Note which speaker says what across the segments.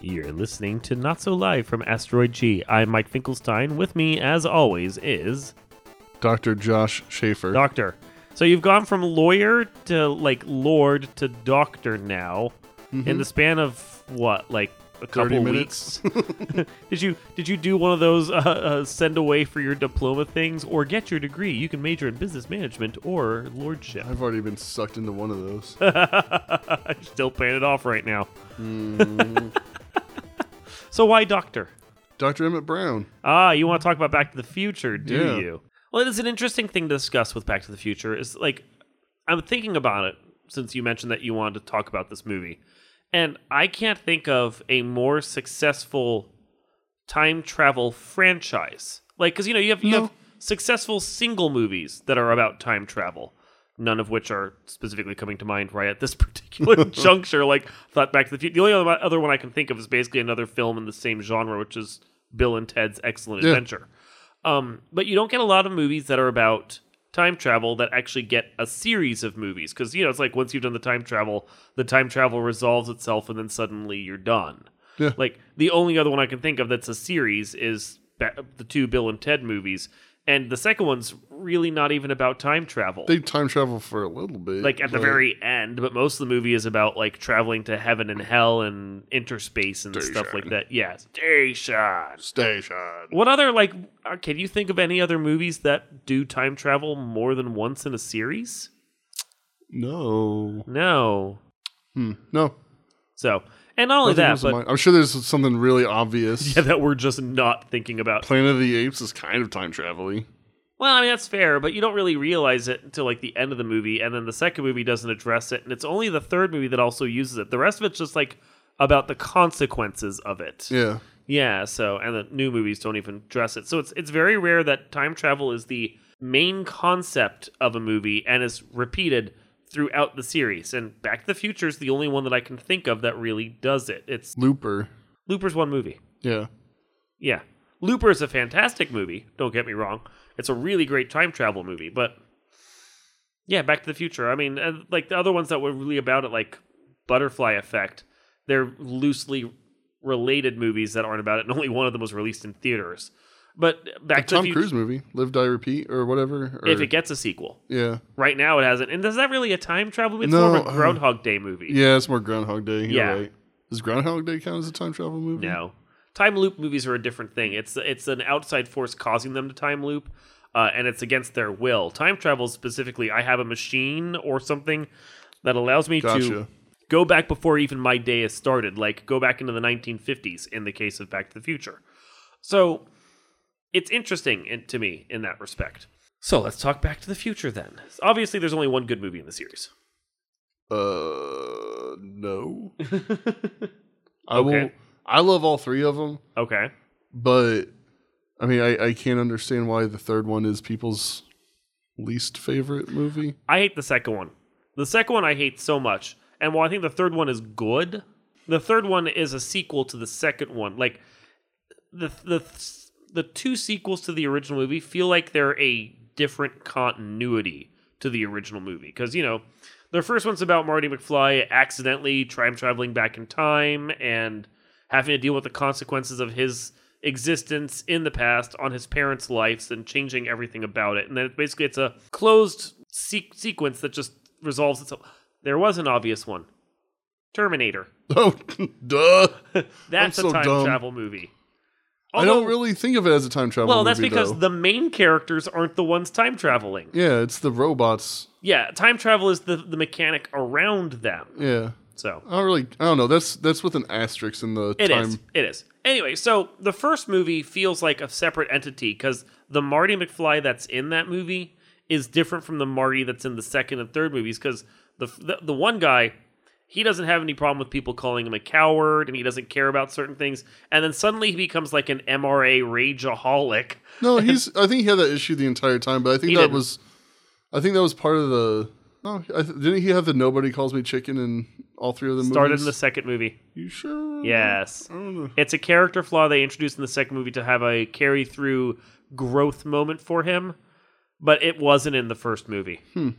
Speaker 1: You're listening to Not So Live from Asteroid G. I'm Mike Finkelstein. With me, as always, is
Speaker 2: Dr. Josh Schaefer.
Speaker 1: Doctor. So you've gone from lawyer to like lord to doctor now in the span of what, like a
Speaker 2: 30
Speaker 1: couple
Speaker 2: minutes.
Speaker 1: weeks? did you did you do one of those uh, uh, send away for your diploma things or get your degree? You can major in business management or lordship.
Speaker 2: I've already been sucked into one of those.
Speaker 1: Still paying it off right now. so why doctor?
Speaker 2: Dr. Emmett Brown.
Speaker 1: Ah, you want to talk about Back to the Future, do
Speaker 2: Yeah.
Speaker 1: you? Well, it is an interesting thing to discuss with Back to the Future. Is like I'm thinking about it since you mentioned that you wanted to talk about this movie, and I can't think of a more successful time travel franchise. Like, because you know you have you
Speaker 2: No.
Speaker 1: have successful single movies that are about time travel. None of which are specifically coming to mind right at this particular juncture. Like, thought Back to the Future. The only other- other one I can think of is basically another film in the same genre, which is Bill and Ted's Excellent
Speaker 2: Yeah.
Speaker 1: Adventure. Um, but you don't get a lot of movies that are about time travel that actually get a series of movies because you know it's like once you've done the time travel, the time travel resolves itself, and then suddenly you're done.
Speaker 2: Yeah.
Speaker 1: Like the only other one I can think of that's a series is ba- the two Bill and Ted movies, and the second one's really not even about time travel
Speaker 2: They time travel for a little bit.
Speaker 1: like at the
Speaker 2: but
Speaker 1: very end, but most of the movie is about like traveling to heaven and hell and interspace and stuff like
Speaker 2: Station.
Speaker 1: that. Yeah, station.
Speaker 2: station.
Speaker 1: What other like uh, can you think of any other movies that do time travel more than once in a series?
Speaker 2: No.
Speaker 1: No.
Speaker 2: Hmm. No.
Speaker 1: So, and not only
Speaker 2: Nothing
Speaker 1: that,
Speaker 2: comes to
Speaker 1: but
Speaker 2: mind. I'm sure there's something really obvious.
Speaker 1: yeah, that we're just not thinking about.
Speaker 2: Planet of the Apes is kind of time traveling.
Speaker 1: Well, I mean that's fair, but you don't really realize it until like the end of the movie, and then the second movie doesn't address it, and it's only the third movie that also uses it. The rest of it's just like about the consequences of it.
Speaker 2: Yeah.
Speaker 1: Yeah, so and the new movies don't even address it. So it's it's very rare that time travel is the main concept of a movie and is repeated throughout the series. And Back to the Future is the only one that I can think of that really does it. It's
Speaker 2: Looper.
Speaker 1: Looper's one movie.
Speaker 2: Yeah.
Speaker 1: Yeah. Looper is a fantastic movie, don't get me wrong. It's a really great time travel movie, but yeah, Back to the Future. I mean, and like the other ones that were really about it like Butterfly Effect, they're loosely related movies that aren't about it, and only one of them was released in theaters. But Back to
Speaker 2: Tom
Speaker 1: the Future
Speaker 2: Cruise movie. Live, Die, Repeat or whatever. Or,
Speaker 1: if it gets a sequel.
Speaker 2: yeah.
Speaker 1: Right now it hasn't. And is that really a time travel movie? It's
Speaker 2: No,
Speaker 1: more of a
Speaker 2: uh,
Speaker 1: Groundhog Day movie.
Speaker 2: Yeah, it's more Groundhog Day. You're
Speaker 1: Yeah.
Speaker 2: right. Does Groundhog Day count as a time travel movie?
Speaker 1: No, time loop movies are a different thing. It's it's an outside force causing them to time loop, uh, and it's against their will. Time travel specifically, I have a machine or something that allows me to
Speaker 2: Gotcha.
Speaker 1: go back before even my day has started, like go back into the 1950s in the case of Back to the Future. So it's interesting in, to me in that respect. So let's talk Back to the Future then. Obviously, there's only one good movie in the series.
Speaker 2: Uh, no. I
Speaker 1: Okay.
Speaker 2: will. I love all three of them,
Speaker 1: Okay.
Speaker 2: but I mean, I, I can't understand why the third one is people's least favorite movie.
Speaker 1: I hate the second one. The second one I hate so much. And while I think the third one is good, the third one is a sequel to the second one. Like the the the two sequels to the original movie feel like they're a different continuity to the original movie because you know the first one's about Marty McFly accidentally time traveling back in time and having to deal with the consequences of his existence in the past on his parents' lives and changing everything about it. And then basically it's a closed se- sequence that just resolves itself. There was an obvious one. Terminator.
Speaker 2: Oh, duh.
Speaker 1: That's
Speaker 2: so
Speaker 1: a time
Speaker 2: dumb.
Speaker 1: travel movie.
Speaker 2: I don't
Speaker 1: Although-
Speaker 2: really think of it as a time travel.
Speaker 1: Well, Oh, that's
Speaker 2: movie,
Speaker 1: because
Speaker 2: though.
Speaker 1: the main characters aren't the ones time traveling.
Speaker 2: yeah, it's the robots.
Speaker 1: Yeah, time travel is the, the mechanic around them.
Speaker 2: Yeah,
Speaker 1: So
Speaker 2: I don't really. I don't know. That's that's with an asterisk in the
Speaker 1: it
Speaker 2: time.
Speaker 1: is. It is. Anyway, so the first movie feels like a separate entity because the Marty McFly that's in that movie is different from the Marty that's in the second and third movies because the, the the one guy he doesn't have any problem with people calling him a coward and he doesn't care about certain things and then suddenly he becomes like an MRA rageaholic.
Speaker 2: No, he's. I think he had that issue the entire time, but I think
Speaker 1: He
Speaker 2: that
Speaker 1: didn't.
Speaker 2: was. I think that was part of the. No, I th- didn't he have the nobody calls me chicken in all three of the
Speaker 1: Started in the
Speaker 2: movies?
Speaker 1: second movie.
Speaker 2: You sure?
Speaker 1: Yes.
Speaker 2: I don't know.
Speaker 1: It's a character flaw they introduced in the second movie to have a carry through growth moment for him, but it wasn't in the first movie.
Speaker 2: Hmm.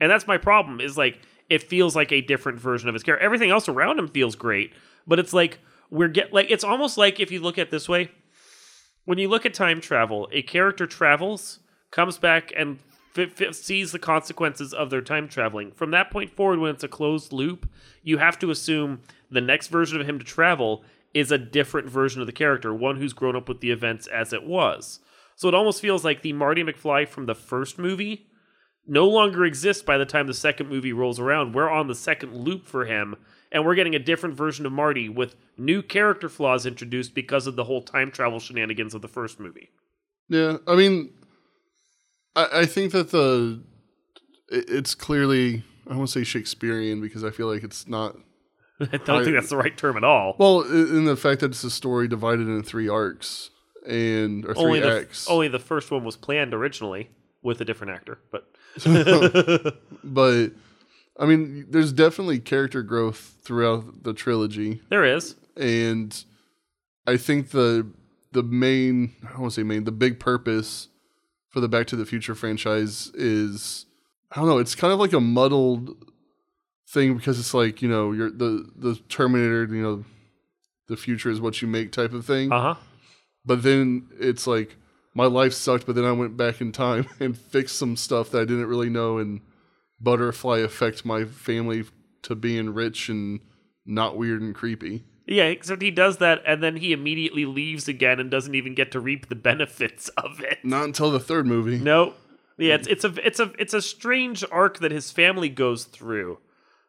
Speaker 1: And that's my problem is like it feels like a different version of his character. Everything else around him feels great, but it's like we're get like it's almost like if you look at it this way, when you look at time travel, a character travels, comes back, and fi fi sees the consequences of their time traveling. From that point forward, when it's a closed loop, you have to assume the next version of him to travel is a different version of the character, one who's grown up with the events as it was. So it almost feels like the Marty McFly from the first movie no longer exists by the time the second movie rolls around. We're on the second loop for him, and we're getting a different version of Marty with new character flaws introduced because of the whole time travel shenanigans of the first movie.
Speaker 2: Yeah, I mean, I, I think that the it- it's clearly I won't say Shakespearean because I feel like it's not.
Speaker 1: I don't think that's the right term at all.
Speaker 2: Well, i- in the fact that it's a story divided into three arcs and or three
Speaker 1: only the
Speaker 2: acts,
Speaker 1: only the first one was planned originally with a different actor, but
Speaker 2: but I mean, there's definitely character growth throughout the trilogy.
Speaker 1: there is.
Speaker 2: and I think the the main I won't say main the big purpose for the Back to the Future franchise is I don't know it's kind of like a muddled thing because it's like you know you're the the Terminator you know the future is what you make type of thing
Speaker 1: Uh huh.
Speaker 2: but then it's like my life sucked but then I went back in time and fixed some stuff that I didn't really know and butterfly affect my family to being rich and not weird and creepy.
Speaker 1: Yeah, except he does that and then he immediately leaves again and doesn't even get to reap the benefits of it.
Speaker 2: Not until the third movie.
Speaker 1: No. Yeah, it's it's a it's a it's a strange arc that his family goes through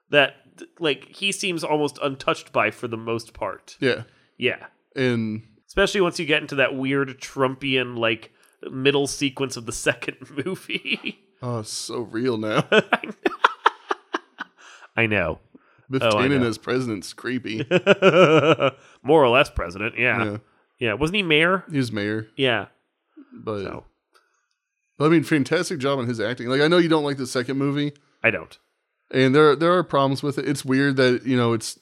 Speaker 1: that like he seems almost untouched by for the most part.
Speaker 2: Yeah.
Speaker 1: Yeah.
Speaker 2: And
Speaker 1: Especially once you get into that weird Trumpian like middle sequence of the second movie.
Speaker 2: oh, it's so real now.
Speaker 1: Oh, I know.
Speaker 2: Biff
Speaker 1: Oh, I
Speaker 2: Tannen
Speaker 1: know.
Speaker 2: as president's creepy.
Speaker 1: More or less president, yeah. yeah.
Speaker 2: yeah.
Speaker 1: Wasn't he mayor?
Speaker 2: He was mayor,
Speaker 1: Yeah.
Speaker 2: but
Speaker 1: No.
Speaker 2: but, I mean, fantastic job on his acting. Like I know you don't like the second movie,
Speaker 1: I don't.
Speaker 2: and there there are problems with it. It's weird that you know it's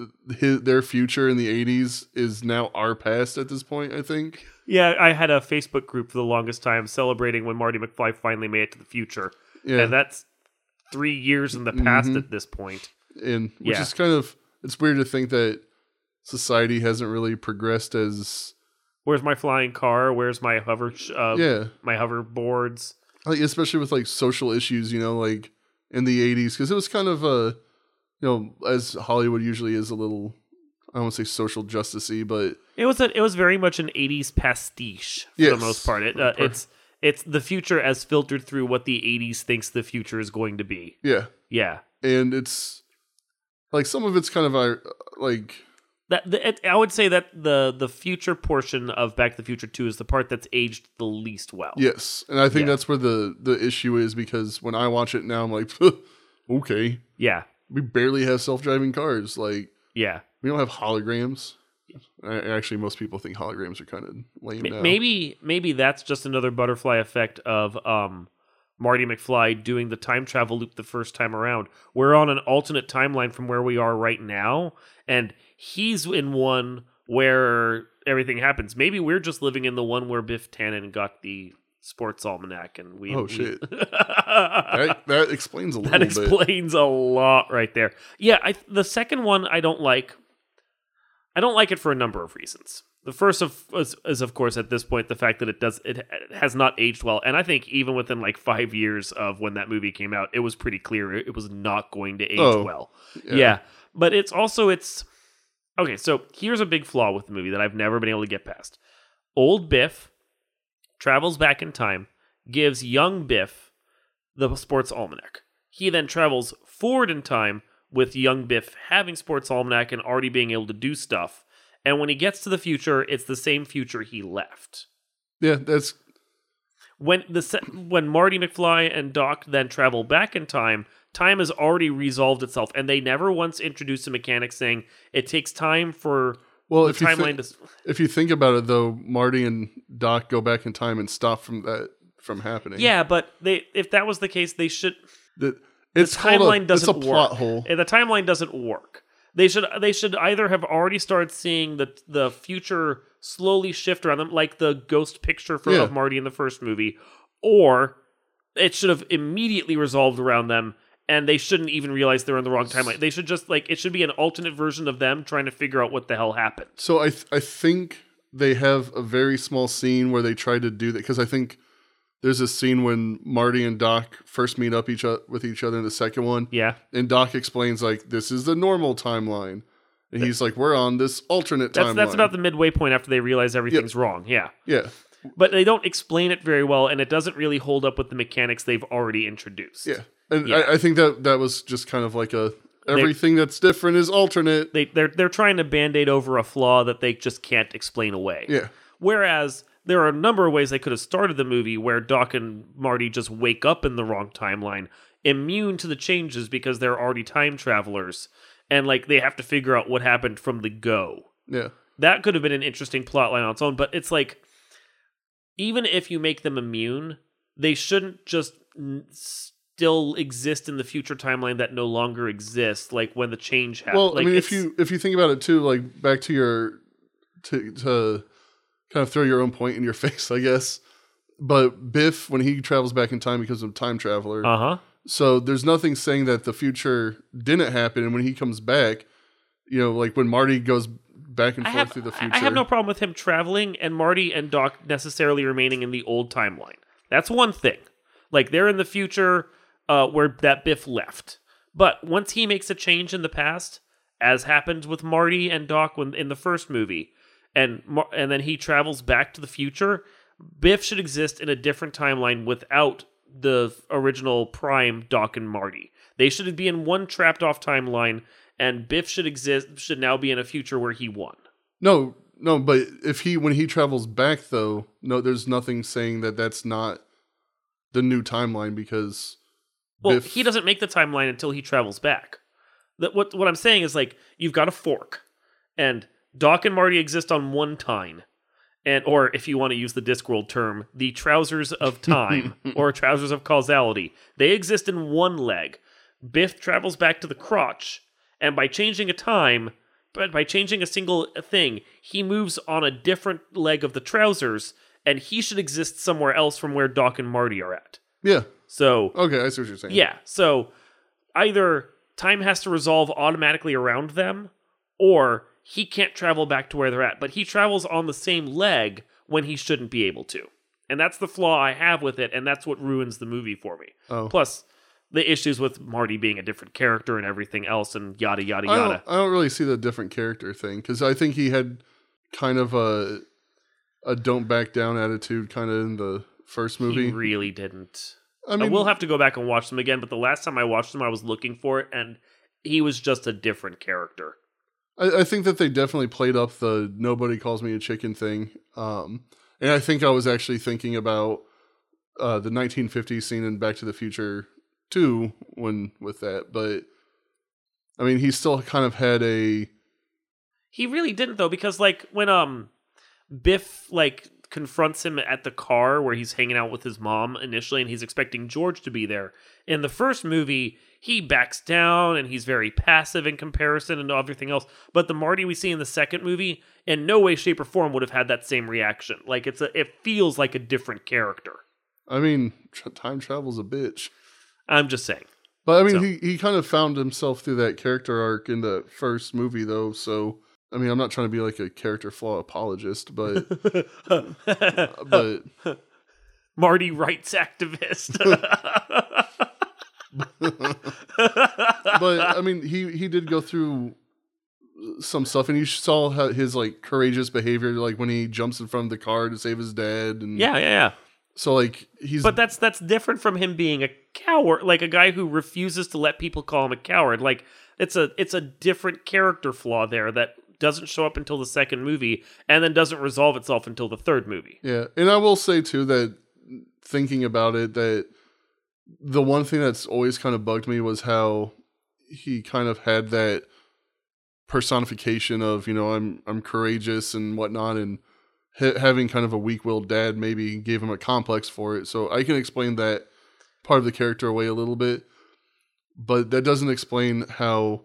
Speaker 2: uh, his, their future in the '80s is now our past at this point. I think.
Speaker 1: Yeah, I had a Facebook group for the longest time celebrating when Marty McFly finally made it to the future.
Speaker 2: Yeah,
Speaker 1: And that's three years in the past
Speaker 2: Mhm.
Speaker 1: at this point.
Speaker 2: and which
Speaker 1: Yeah.
Speaker 2: is kind of it's weird to think that society hasn't really progressed as
Speaker 1: Where's my flying car? Where's my hover? sh- Uh,
Speaker 2: yeah
Speaker 1: My hoverboards.
Speaker 2: like especially with like social issues, you know, like in the '80s, because it was kind of a, you know, as Hollywood usually is a little, I don't want to say social justicey, but
Speaker 1: It was a, it was very much an '80s pastiche for the
Speaker 2: Yes.
Speaker 1: most part. It, uh,
Speaker 2: Per-
Speaker 1: it's it's the future as filtered through what the '80s thinks the future is going to be.
Speaker 2: yeah,
Speaker 1: Yeah,
Speaker 2: and it's like some of it's kind of ir- like
Speaker 1: that the, it, I would say that the the future portion of Back to the Future Two is the part that's aged the least well.
Speaker 2: yes, and I think
Speaker 1: Yeah.
Speaker 2: that's where the the issue is because when I watch it now, I'm like, okay,
Speaker 1: yeah,
Speaker 2: we barely have self driving cars, like
Speaker 1: yeah.
Speaker 2: we don't have holograms. I, actually, most people think holograms are kind of lame
Speaker 1: M-
Speaker 2: now.
Speaker 1: Maybe maybe that's just another butterfly effect of um Marty McFly doing the time travel loop the first time around. We're on an alternate timeline from where we are right now, and he's in one where everything happens. Maybe we're just living in the one where Biff Tannen got the sports almanac, and we
Speaker 2: Oh,
Speaker 1: we-
Speaker 2: shit. that, that explains a little
Speaker 1: that
Speaker 2: bit.
Speaker 1: explains a lot right there. Yeah, I, the second one I don't like. I don't like it for a number of reasons. The first of is, is of course at this point the fact that it does it, it has not aged well, and I think even within like five years of when that movie came out, it was pretty clear it was not going to age
Speaker 2: Oh,
Speaker 1: well. Yeah. but it's also it's okay. So here's a big flaw with the movie that I've never been able to get past. Old Biff travels back in time, gives young Biff the sports almanac. He then travels forward in time with young Biff having sports almanac and already being able to do stuff. And when he gets to the future, it's the same future he left.
Speaker 2: Yeah, that's
Speaker 1: When the se- when Marty McFly and Doc then travel back in time, time has already resolved itself, and they never once introduced a mechanic saying it takes time for
Speaker 2: well.
Speaker 1: the
Speaker 2: If you, thi-
Speaker 1: timeline to.
Speaker 2: if you think about it, though, Marty and Doc go back in time and stop from that from happening.
Speaker 1: Yeah, but they if that was the case, they should
Speaker 2: The- it's
Speaker 1: the
Speaker 2: called
Speaker 1: timeline
Speaker 2: a,
Speaker 1: doesn't
Speaker 2: it's a plot
Speaker 1: work.
Speaker 2: hole.
Speaker 1: And the timeline doesn't work. They should they should either have already started seeing the the future slowly shift around them, like the ghost picture for,
Speaker 2: Yeah.
Speaker 1: of Marty in the first movie, or it should have immediately resolved around them and they shouldn't even realize they're in the wrong timeline. They should just like it should be an alternate version of them trying to figure out what the hell happened.
Speaker 2: So I th- I think they have a very small scene where they try to do that because I think there's a scene when Marty and Doc first meet up each o- with each other in the second one,
Speaker 1: Yeah,
Speaker 2: and Doc explains like this is the normal timeline, and he's like we're on this alternate
Speaker 1: that's
Speaker 2: timeline.
Speaker 1: that's about the midway point after they realize everything's wrong. Yeah,
Speaker 2: yeah
Speaker 1: but they don't explain it very well, and it doesn't really hold up with the mechanics they've already introduced.
Speaker 2: yeah, and
Speaker 1: Yeah.
Speaker 2: I, I think that that was just kind of like a everything that's different is alternate.
Speaker 1: They, they're they're trying to band-aid over a flaw that they just can't explain away.
Speaker 2: Yeah,
Speaker 1: Whereas there are a number of ways they could have started the movie where Doc and Marty just wake up in the wrong timeline, immune to the changes because they're already time travelers, and like they have to figure out what happened from the go.
Speaker 2: yeah,
Speaker 1: That could have been an interesting plot line on its own, but it's like even if you make them immune, they shouldn't just n- still exist in the future timeline that no longer exists like when the change happens.
Speaker 2: Well,
Speaker 1: like,
Speaker 2: I mean, if
Speaker 1: it's-
Speaker 2: you if you think about it too, like back to your to to kind of throw your own point in your face, I guess. But Biff, when he travels back in time, becomes a time traveler.
Speaker 1: uh-huh.
Speaker 2: so there's nothing saying that the future didn't happen. And when he comes back, you know, like when Marty goes back and
Speaker 1: I
Speaker 2: forth
Speaker 1: have,
Speaker 2: through the
Speaker 1: I-
Speaker 2: future.
Speaker 1: I have no problem with him traveling and Marty and Doc necessarily remaining in the old timeline. That's one thing. Like they're in the future uh, where that Biff left. But once he makes a change in the past, as happened with Marty and Doc when in the first movie, and Mar- and then he travels back to the future, Biff should exist in a different timeline without the f- original Prime Doc and Marty. They should be in one trapped off timeline, and Biff should exist should now be in a future where he won.
Speaker 2: no, no. But if he when he travels back though, no, there's nothing saying that that's not the new timeline because
Speaker 1: Well,
Speaker 2: Biff-
Speaker 1: he doesn't make the timeline until he travels back. That what what I'm saying is like you've got a fork, and Doc and Marty exist on one time, and or if you want to use the Discworld term, the trousers of time or trousers of causality. They exist in one leg. Biff travels back to the crotch, and by changing a time, but by changing a single thing, he moves on a different leg of the trousers, and he should exist somewhere else from where Doc and Marty are at.
Speaker 2: yeah,
Speaker 1: So
Speaker 2: okay, I see what you're saying.
Speaker 1: yeah. So either time has to resolve automatically around them, or he can't travel back to where they're at. But he travels on the same leg when he shouldn't be able to. And that's the flaw I have with it, and that's what ruins the movie for me.
Speaker 2: Oh.
Speaker 1: Plus, the issues with Marty being a different character and everything else, and yada, yada,
Speaker 2: I
Speaker 1: yada.
Speaker 2: don't, I don't really see the different character thing because I think he had kind of a a don't back down attitude kind of in the first
Speaker 1: He
Speaker 2: movie.
Speaker 1: really didn't.
Speaker 2: I
Speaker 1: I
Speaker 2: mean,
Speaker 1: will have to go back and watch them again, but the last time I watched them, I was looking for it, and he was just a different character.
Speaker 2: I, I think that they definitely played up the nobody calls me a chicken thing. Um, and I think I was actually thinking about uh, the 1950 scene in Back to the Future 2 when with that, but I mean, he still kind of had a
Speaker 1: He really didn't though, because like when um Biff like confronts him at the car where he's hanging out with his mom initially and he's expecting George to be there. In the first movie, he backs down and he's very passive in comparison and everything else. But the Marty we see in the second movie in no way, shape, or form would have had that same reaction. Like it's a it feels like a different character.
Speaker 2: I mean, tr time travel's a bitch.
Speaker 1: I'm just saying.
Speaker 2: But I mean,
Speaker 1: So-
Speaker 2: he, he kind of found himself through that character arc in the first movie, though. So, I mean, I'm not trying to be like a character flaw apologist, but but
Speaker 1: Marty rights activist.
Speaker 2: but I mean, he he did go through some stuff, and you saw how his like courageous behavior, like when he jumps in front of the car to save his dad, and
Speaker 1: yeah, yeah, yeah.
Speaker 2: So like he's
Speaker 1: But that's that's different from him being a coward, like a guy who refuses to let people call him a coward. Like it's a it's a different character flaw there that doesn't show up until the second movie and then doesn't resolve itself until the third movie.
Speaker 2: Yeah, and I will say too that thinking about it, that the one thing that's always kind of bugged me was how he kind of had that personification of you know I'm I'm courageous and whatnot, and ha- having kind of a weak-willed dad maybe gave him a complex for it. So I can explain that part of the character away a little bit, but that doesn't explain how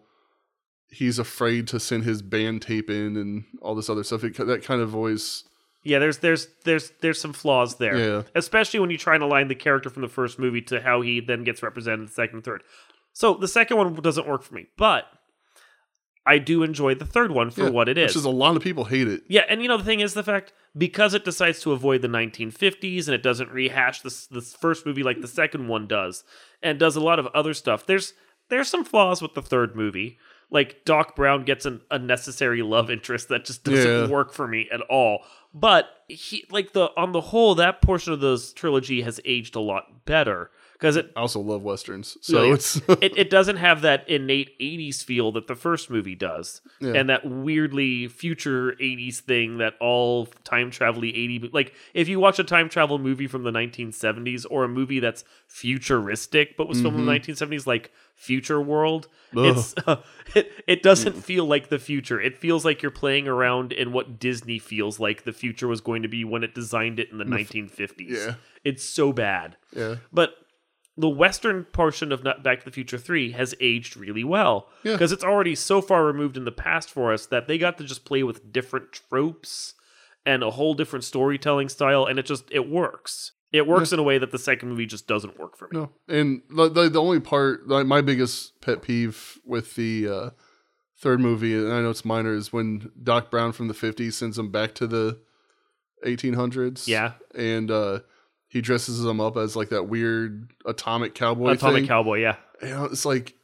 Speaker 2: he's afraid to send his band tape in and all this other stuff. It, that kind of always
Speaker 1: Yeah, there's there's there's there's some flaws there.
Speaker 2: Yeah.
Speaker 1: Especially when you try and align the character from the first movie to how he then gets represented in the second and third. So the second one doesn't work for me, but I do enjoy the third one for
Speaker 2: Yeah,
Speaker 1: what it
Speaker 2: Which
Speaker 1: is.
Speaker 2: is a lot of people hate it.
Speaker 1: yeah, and you know the thing is the fact because it decides to avoid the 1950s and it doesn't rehash this this first movie like the second one does, and does a lot of other stuff. There's there's some flaws with the third movie. Like Doc Brown gets an unnecessary love interest that just doesn't
Speaker 2: Yeah.
Speaker 1: work for me at all. But he like the on the whole that portion of this trilogy has aged a lot better because it
Speaker 2: I also love westerns,
Speaker 1: No,
Speaker 2: so
Speaker 1: yeah.
Speaker 2: it's
Speaker 1: it, it doesn't have that innate 80s feel that the first movie does
Speaker 2: Yeah.
Speaker 1: and that weirdly future 80s thing that all time travel 80 like if you watch a time travel movie from the 1970s or a movie that's futuristic but was filmed in the 1970s like future world
Speaker 2: Mm-hmm. Ugh. Mm.
Speaker 1: it's it, it doesn't feel like the future it feels like you're playing around in what disney feels like the future was going to be when it designed it in the 1950s
Speaker 2: yeah.
Speaker 1: it's so bad
Speaker 2: yeah,
Speaker 1: but the western portion of Not Back to the Future 3 has aged really well
Speaker 2: Yeah.
Speaker 1: because it's already so far removed in the past for us that they got to just play with different tropes and a whole different storytelling style and it just it works. It works in a way that the second movie just doesn't work for me.
Speaker 2: no. And the, the the only part, like my biggest pet peeve with the uh, third movie, and I know it's minor, is when Doc Brown from the '50s sends him back to the 1800s.
Speaker 1: Yeah.
Speaker 2: and uh, he dresses him up as like that weird atomic cowboy.
Speaker 1: Atomic
Speaker 2: thing.
Speaker 1: Cowboy, yeah.
Speaker 2: And it's like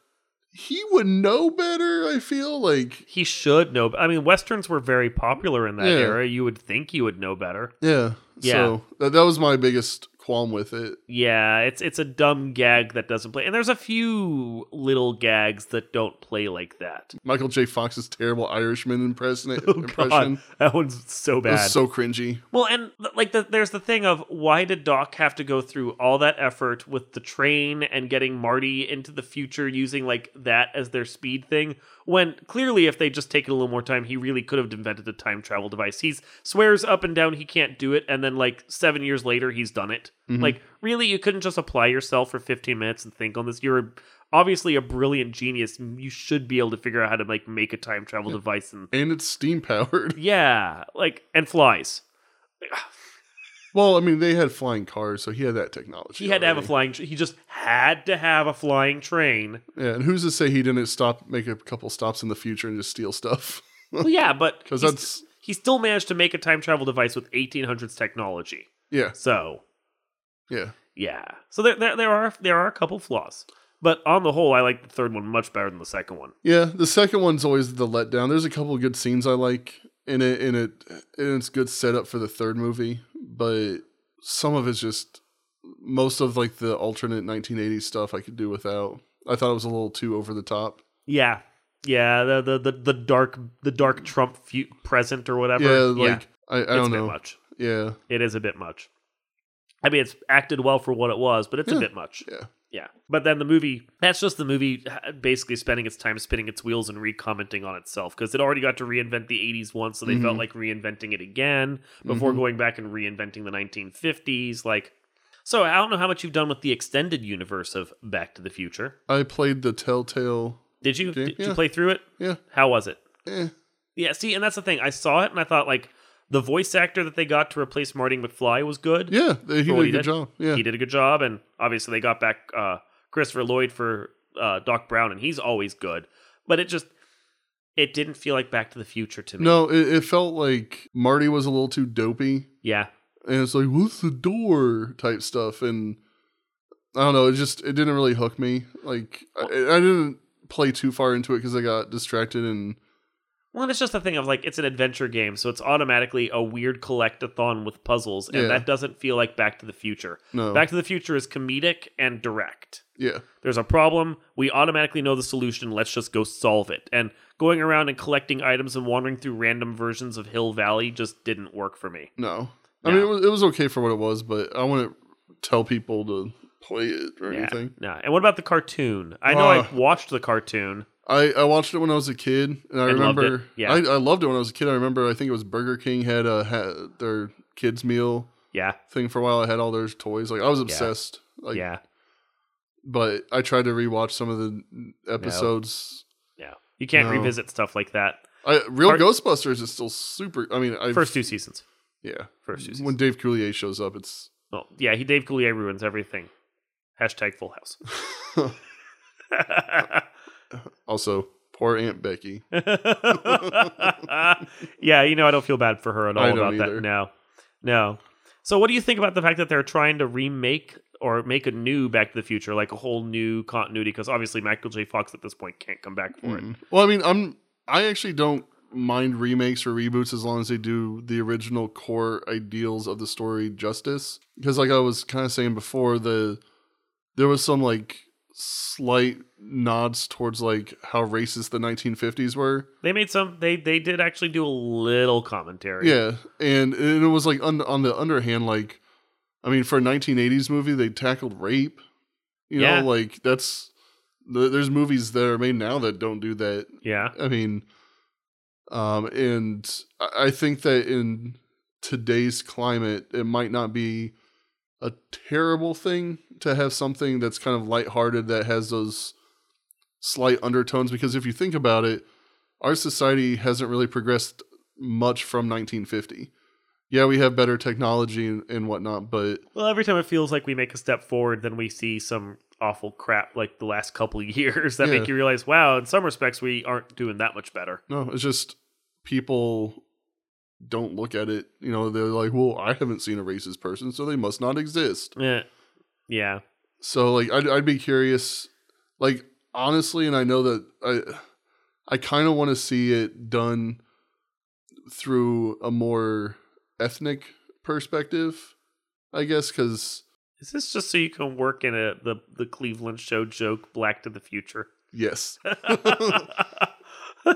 Speaker 2: he would know better. I feel like
Speaker 1: He should know. I mean, westerns were very popular in that
Speaker 2: Yeah.
Speaker 1: era. You would think he would know better.
Speaker 2: yeah,
Speaker 1: Yeah.
Speaker 2: So that, that was my biggest qualm with it.
Speaker 1: Yeah, it's it's a dumb gag that doesn't play. And there's a few little gags that don't play like that.
Speaker 2: Michael J. Fox's terrible Irishman impressiona-
Speaker 1: Oh,
Speaker 2: impression.
Speaker 1: God, that one's so
Speaker 2: It
Speaker 1: bad.
Speaker 2: was so cringy.
Speaker 1: well, and th- like the, there's the thing of why did Doc have to go through all that effort with the train and getting Marty into the future using like that as their speed thing when clearly if they just taken a little more time he really could have invented a time travel device. He swears up and down he can't do it and then like 7 years later he's done it.
Speaker 2: Mm-hmm.
Speaker 1: Like really you couldn't just apply yourself for 15 minutes and think on this you're obviously a brilliant genius. You should be able to figure out how to like make a time travel device and
Speaker 2: And it's steam powered.
Speaker 1: yeah, like and flies.
Speaker 2: Well, I mean, they had flying cars, so he had that technology.
Speaker 1: He had to have a
Speaker 2: already.
Speaker 1: flying. tr- He just had to have a flying train.
Speaker 2: Yeah, and who's to say he didn't stop, make a couple stops in the future and just steal stuff?
Speaker 1: Well, yeah, but
Speaker 2: Because
Speaker 1: he's-
Speaker 2: that's,
Speaker 1: he still managed to make a time travel device with 1800s technology.
Speaker 2: yeah,
Speaker 1: So
Speaker 2: yeah.
Speaker 1: yeah, so there there, there are there are a couple flaws, but on the whole, I like the third one much better than the second one.
Speaker 2: Yeah, the second one's always the letdown. There's a couple of good scenes I like in it, in it, and it's good setup for the third movie. But some of it's just most of like the alternate 1980s stuff I could do without. I thought it was a little too over the top.
Speaker 1: Yeah, yeah, the the the, the dark the dark Trump fu- present or whatever.
Speaker 2: Yeah, like I, I
Speaker 1: it's
Speaker 2: don't
Speaker 1: a bit
Speaker 2: know.
Speaker 1: much.
Speaker 2: Yeah,
Speaker 1: It is a bit much. I mean, it's acted well for what it was, but it's a
Speaker 2: Yeah.
Speaker 1: bit much.
Speaker 2: yeah,
Speaker 1: Yeah. But then the movie, that's just the movie uh, basically spending its time spinning its wheels and recommenting on itself because it already got to reinvent the 80s once, so they felt
Speaker 2: Mhm.
Speaker 1: like reinventing it again before
Speaker 2: Mhm.
Speaker 1: going back and reinventing the 1950s. Like, so I don't know how much you've done with the extended universe of Back to the Future.
Speaker 2: I played the Telltale.
Speaker 1: Did you?
Speaker 2: Okay,
Speaker 1: Did you
Speaker 2: yeah.
Speaker 1: play through it?
Speaker 2: Yeah,
Speaker 1: How was it?
Speaker 2: eh.
Speaker 1: Yeah, see, and that's the thing. I saw it and I thought, like, the voice actor that they got to replace Marty McFly was good.
Speaker 2: yeah, they- he
Speaker 1: what
Speaker 2: did
Speaker 1: he
Speaker 2: a good
Speaker 1: did?
Speaker 2: job. Yeah,
Speaker 1: he did a good job and obviously they got back uh, christopher lloyd for uh, doc brown and he's always good but it just it didn't feel like back to the future to me
Speaker 2: no, it, it felt like Marty was a little too dopey.
Speaker 1: yeah
Speaker 2: and it's like what's the door type stuff and i don't know it just it didn't really hook me like i, I didn't play too far into it because i got distracted and
Speaker 1: well and it's just the thing of like it's an adventure game so it's automatically a weird collectathon with puzzles and
Speaker 2: Yeah.
Speaker 1: that doesn't feel like back to the future
Speaker 2: no
Speaker 1: back to the future is comedic and direct
Speaker 2: yeah
Speaker 1: there's a problem we automatically know the solution let's just go solve it and going around and collecting items and wandering through random versions of hill valley just didn't work for me
Speaker 2: no i
Speaker 1: No.
Speaker 2: mean it was, it was okay for what it was but i wouldn't tell people to play it or anything
Speaker 1: No. And what about the cartoon? I know
Speaker 2: Ugh.
Speaker 1: I watched the cartoon.
Speaker 2: I, I watched it when I was a kid, and I
Speaker 1: And loved it.
Speaker 2: remember
Speaker 1: Yeah.
Speaker 2: I, I loved it when I was a kid. I remember I think it was Burger King had a had their kids meal
Speaker 1: Yeah.
Speaker 2: thing for a while. I had all their toys. Like I was obsessed. Like
Speaker 1: yeah.
Speaker 2: but I tried to rewatch some of the episodes.
Speaker 1: Yeah. You can't
Speaker 2: No.
Speaker 1: revisit stuff like that.
Speaker 2: I, Real
Speaker 1: Are-
Speaker 2: Ghostbusters is still super. I mean, I
Speaker 1: First two seasons.
Speaker 2: yeah.
Speaker 1: First two seasons.
Speaker 2: When Dave Coulier shows up, it's
Speaker 1: well, yeah, he Dave Coulier ruins everything. Hashtag full house.
Speaker 2: Also, poor Aunt Becky.
Speaker 1: yeah, you know, I don't feel bad for her at all
Speaker 2: I
Speaker 1: about
Speaker 2: don't either.
Speaker 1: that. No, no. So, what do you think about the fact that they're trying to remake or make a new Back to the Future, like a whole new continuity? Because obviously, Michael J. Fox at this point can't come back for it.
Speaker 2: Mm. Well, I mean, I'm I actually don't mind remakes or reboots as long as they do the original core ideals of the story justice. Because like I was kind of saying before, the there was some like slight nods towards like how racist the 1950s were.
Speaker 1: They made some. They they did actually do a little commentary.
Speaker 2: Yeah, and, and it was like on, on the underhand, like I mean, for a 1980s movie, they tackled rape. You
Speaker 1: Yeah.
Speaker 2: know, like that's th- there's movies that are made now that don't do that.
Speaker 1: yeah.
Speaker 2: I mean, um, and I- I think that in today's climate, it might not be a terrible thing to have something that's kind of lighthearted that has those slight undertones. Because if you think about it, our society hasn't really progressed much from 1950. Yeah, we have better technology and, and whatnot, but
Speaker 1: Well, every time it feels like we make a step forward, then we see some awful crap like the last couple of years that
Speaker 2: Yeah.
Speaker 1: make you realize, wow, in some respects, we aren't doing that much better.
Speaker 2: No, it's just people don't look at it. You know, they're like, well, I haven't seen a racist person, so they must not exist.
Speaker 1: Yeah. Eh, Yeah.
Speaker 2: So, like, I'd, I'd be curious, like, honestly, and I know that I, I kind of want to see it done through a more ethnic perspective, I guess, because
Speaker 1: Is this just so you can work in a the, the Cleveland show joke, Black to the Future?
Speaker 2: yes,
Speaker 1: no,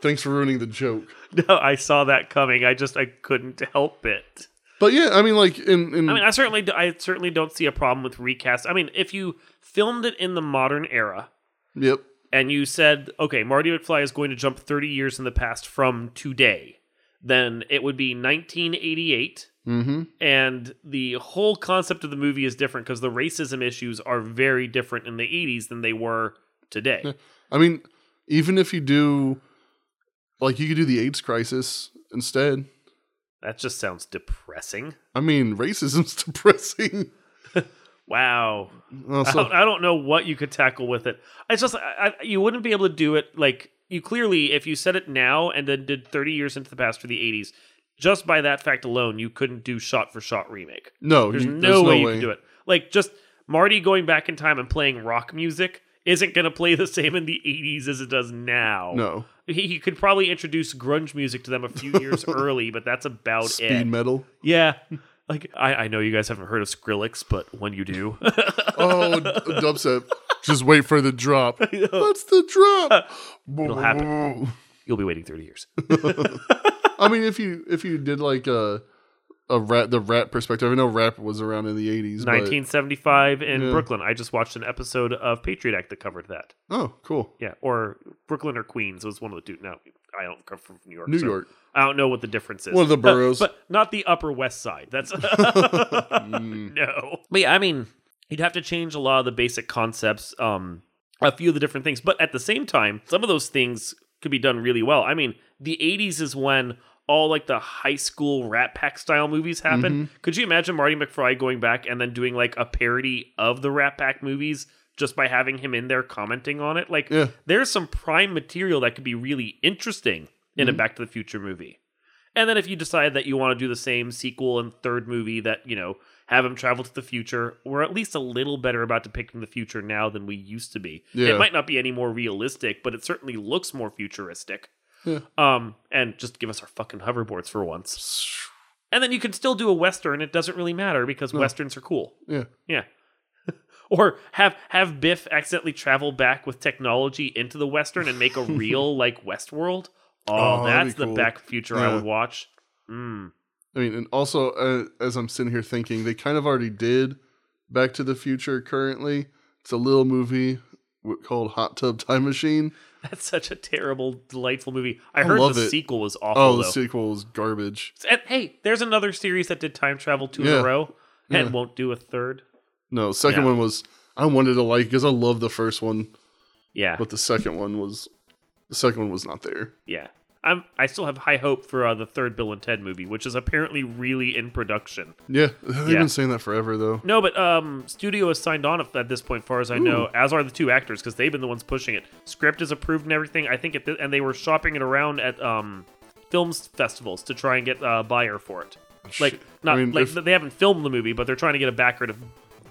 Speaker 2: thanks for ruining the joke.
Speaker 1: I saw that coming. I just I couldn't help it.
Speaker 2: But yeah, I mean, like, in in
Speaker 1: I mean, I certainly do, I certainly don't see a problem with recast. I mean, if you filmed it in the modern era,
Speaker 2: yep,
Speaker 1: and you said, okay, Marty McFly is going to jump 30 years in the past from today, then it would be 1988.
Speaker 2: mm-hmm,
Speaker 1: And the whole concept of the movie is different because the racism issues are very different in the 80s than they were today.
Speaker 2: I mean, even if you do, like, you could do the AIDS crisis instead.
Speaker 1: that just sounds depressing.
Speaker 2: I mean, racism's depressing.
Speaker 1: Wow. I,
Speaker 2: Also,
Speaker 1: don't, I don't know what you could tackle with it. It's just I, I, you wouldn't be able to do it like you clearly if you said it now and then did 30 years into the past for the 80s. Just by that fact alone, you couldn't do shot for shot remake.
Speaker 2: no,
Speaker 1: There's
Speaker 2: you-
Speaker 1: no, way, you can do it. Like just Marty going back in time and playing rock music isn't going to play the same in the 80s as it does now.
Speaker 2: No,
Speaker 1: He, he could probably introduce grunge music to them a few years early, but that's about
Speaker 2: speed
Speaker 1: it.
Speaker 2: metal.
Speaker 1: Yeah. Like I, I know you guys haven't heard of Skrillex, but when you do,
Speaker 2: Oh, d- dubstep. Just wait for the drop. What's the drop?
Speaker 1: It'll happen. you'll be waiting 30 years.
Speaker 2: I mean, if you if you did like a a rat the rat perspective. I know rap was around in the eighties.
Speaker 1: 1975 in
Speaker 2: Yeah.
Speaker 1: Brooklyn. I just watched an episode of Patriot Act that covered that.
Speaker 2: Oh, cool.
Speaker 1: Yeah, or Brooklyn or Queens. It was one of the two. No, I don't come from New York.
Speaker 2: New
Speaker 1: so
Speaker 2: York.
Speaker 1: I don't know what the difference is.
Speaker 2: One of the boroughs.
Speaker 1: but not the Upper West Side. That's
Speaker 2: Mm.
Speaker 1: no. But yeah, I mean, you'd have to change a lot of the basic concepts, um, a few of the different things. But at the same time, some of those things could be done really well. I mean, the '80s is when all like the high school Rat Pack style movies happen.
Speaker 2: Mm-hmm.
Speaker 1: Could you imagine Marty McFly going back and then doing like a parody of the Rat Pack movies? Just by having him in there commenting on it, like
Speaker 2: Yeah.
Speaker 1: there's some prime material that could be really interesting in
Speaker 2: Mm-hmm.
Speaker 1: a Back to the Future movie. And then if you decide that you want to do the same sequel and third movie that, you know, have him travel to the future, we're at least a little better about depicting the future now than we used to be.
Speaker 2: Yeah.
Speaker 1: It might not be any more realistic, but it certainly looks more futuristic.
Speaker 2: Yeah.
Speaker 1: Um, and just give us our fucking hoverboards for once. And then you can still do a western. It doesn't really matter because westerns are cool.
Speaker 2: Yeah.
Speaker 1: Yeah. or have have Biff accidentally travel back with technology into the Western and make a real like Westworld. Oh,
Speaker 2: Oh, that'd
Speaker 1: that's
Speaker 2: be
Speaker 1: the
Speaker 2: cool.
Speaker 1: back future I
Speaker 2: Yeah.
Speaker 1: would watch. Mm.
Speaker 2: I mean, and also uh, as I'm sitting here thinking, they kind of already did Back to the Future. Currently, it's a little movie w- called Hot Tub Time Machine.
Speaker 1: That's such a terrible, delightful movie. I, heard
Speaker 2: love
Speaker 1: the
Speaker 2: it.
Speaker 1: sequel was
Speaker 2: Oh,
Speaker 1: awful
Speaker 2: the
Speaker 1: though.
Speaker 2: sequel is garbage.
Speaker 1: And, hey, there's another series that did time travel two in
Speaker 2: Yeah.
Speaker 1: a row and
Speaker 2: Yeah.
Speaker 1: won't do a third.
Speaker 2: No, second
Speaker 1: Yeah.
Speaker 2: one was I wanted to like because I love the first one,
Speaker 1: Yeah,
Speaker 2: but the second one was the second one was not there.
Speaker 1: yeah. I'm I still have high hope for uh, the third Bill and Ted movie, which is apparently really in production.
Speaker 2: Yeah, they've
Speaker 1: Yeah.
Speaker 2: been saying that forever though.
Speaker 1: No, but um, studio has signed on at this point, far as I know. As are the two actors because they've been the ones pushing it. Script is approved and everything. I think, it, and they were shopping it around at um, films festivals to try and get a buyer for it. Like
Speaker 2: Shit.
Speaker 1: not
Speaker 2: I mean,
Speaker 1: like
Speaker 2: if-
Speaker 1: they haven't filmed the movie, but they're trying to get a backer to. to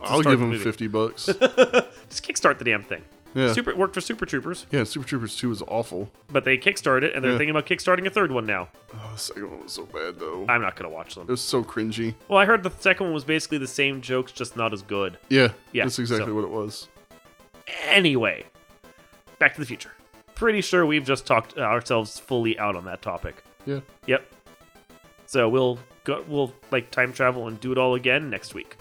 Speaker 2: I'll
Speaker 1: start
Speaker 2: give
Speaker 1: the
Speaker 2: them
Speaker 1: movie.
Speaker 2: fifty bucks.
Speaker 1: Just kickstart the damn thing.
Speaker 2: Yeah.
Speaker 1: Super it worked for Super Troopers,
Speaker 2: yeah, Super Troopers two is awful.
Speaker 1: but they kickstarted it, and they're
Speaker 2: Yeah.
Speaker 1: thinking about kickstarting a third one now.
Speaker 2: Oh, the second one was so bad though.
Speaker 1: I'm not gonna watch them.
Speaker 2: it was so cringy.
Speaker 1: Well, I heard the second one was basically the same jokes, just not as good.
Speaker 2: Yeah,
Speaker 1: Yeah,
Speaker 2: that's exactly
Speaker 1: so-
Speaker 2: what it was.
Speaker 1: Anyway, Back to the Future. Pretty sure we've just talked uh, ourselves fully out on that topic.
Speaker 2: Yeah,
Speaker 1: Yep. So we'll go, we'll like time travel and do it all again next week.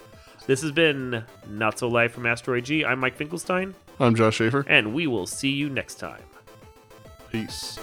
Speaker 1: This has been Not So Live from Asteroid G. I'm Mike Finkelstein,
Speaker 2: I'm Josh Schaefer.
Speaker 1: and we will see you next time.
Speaker 2: Peace.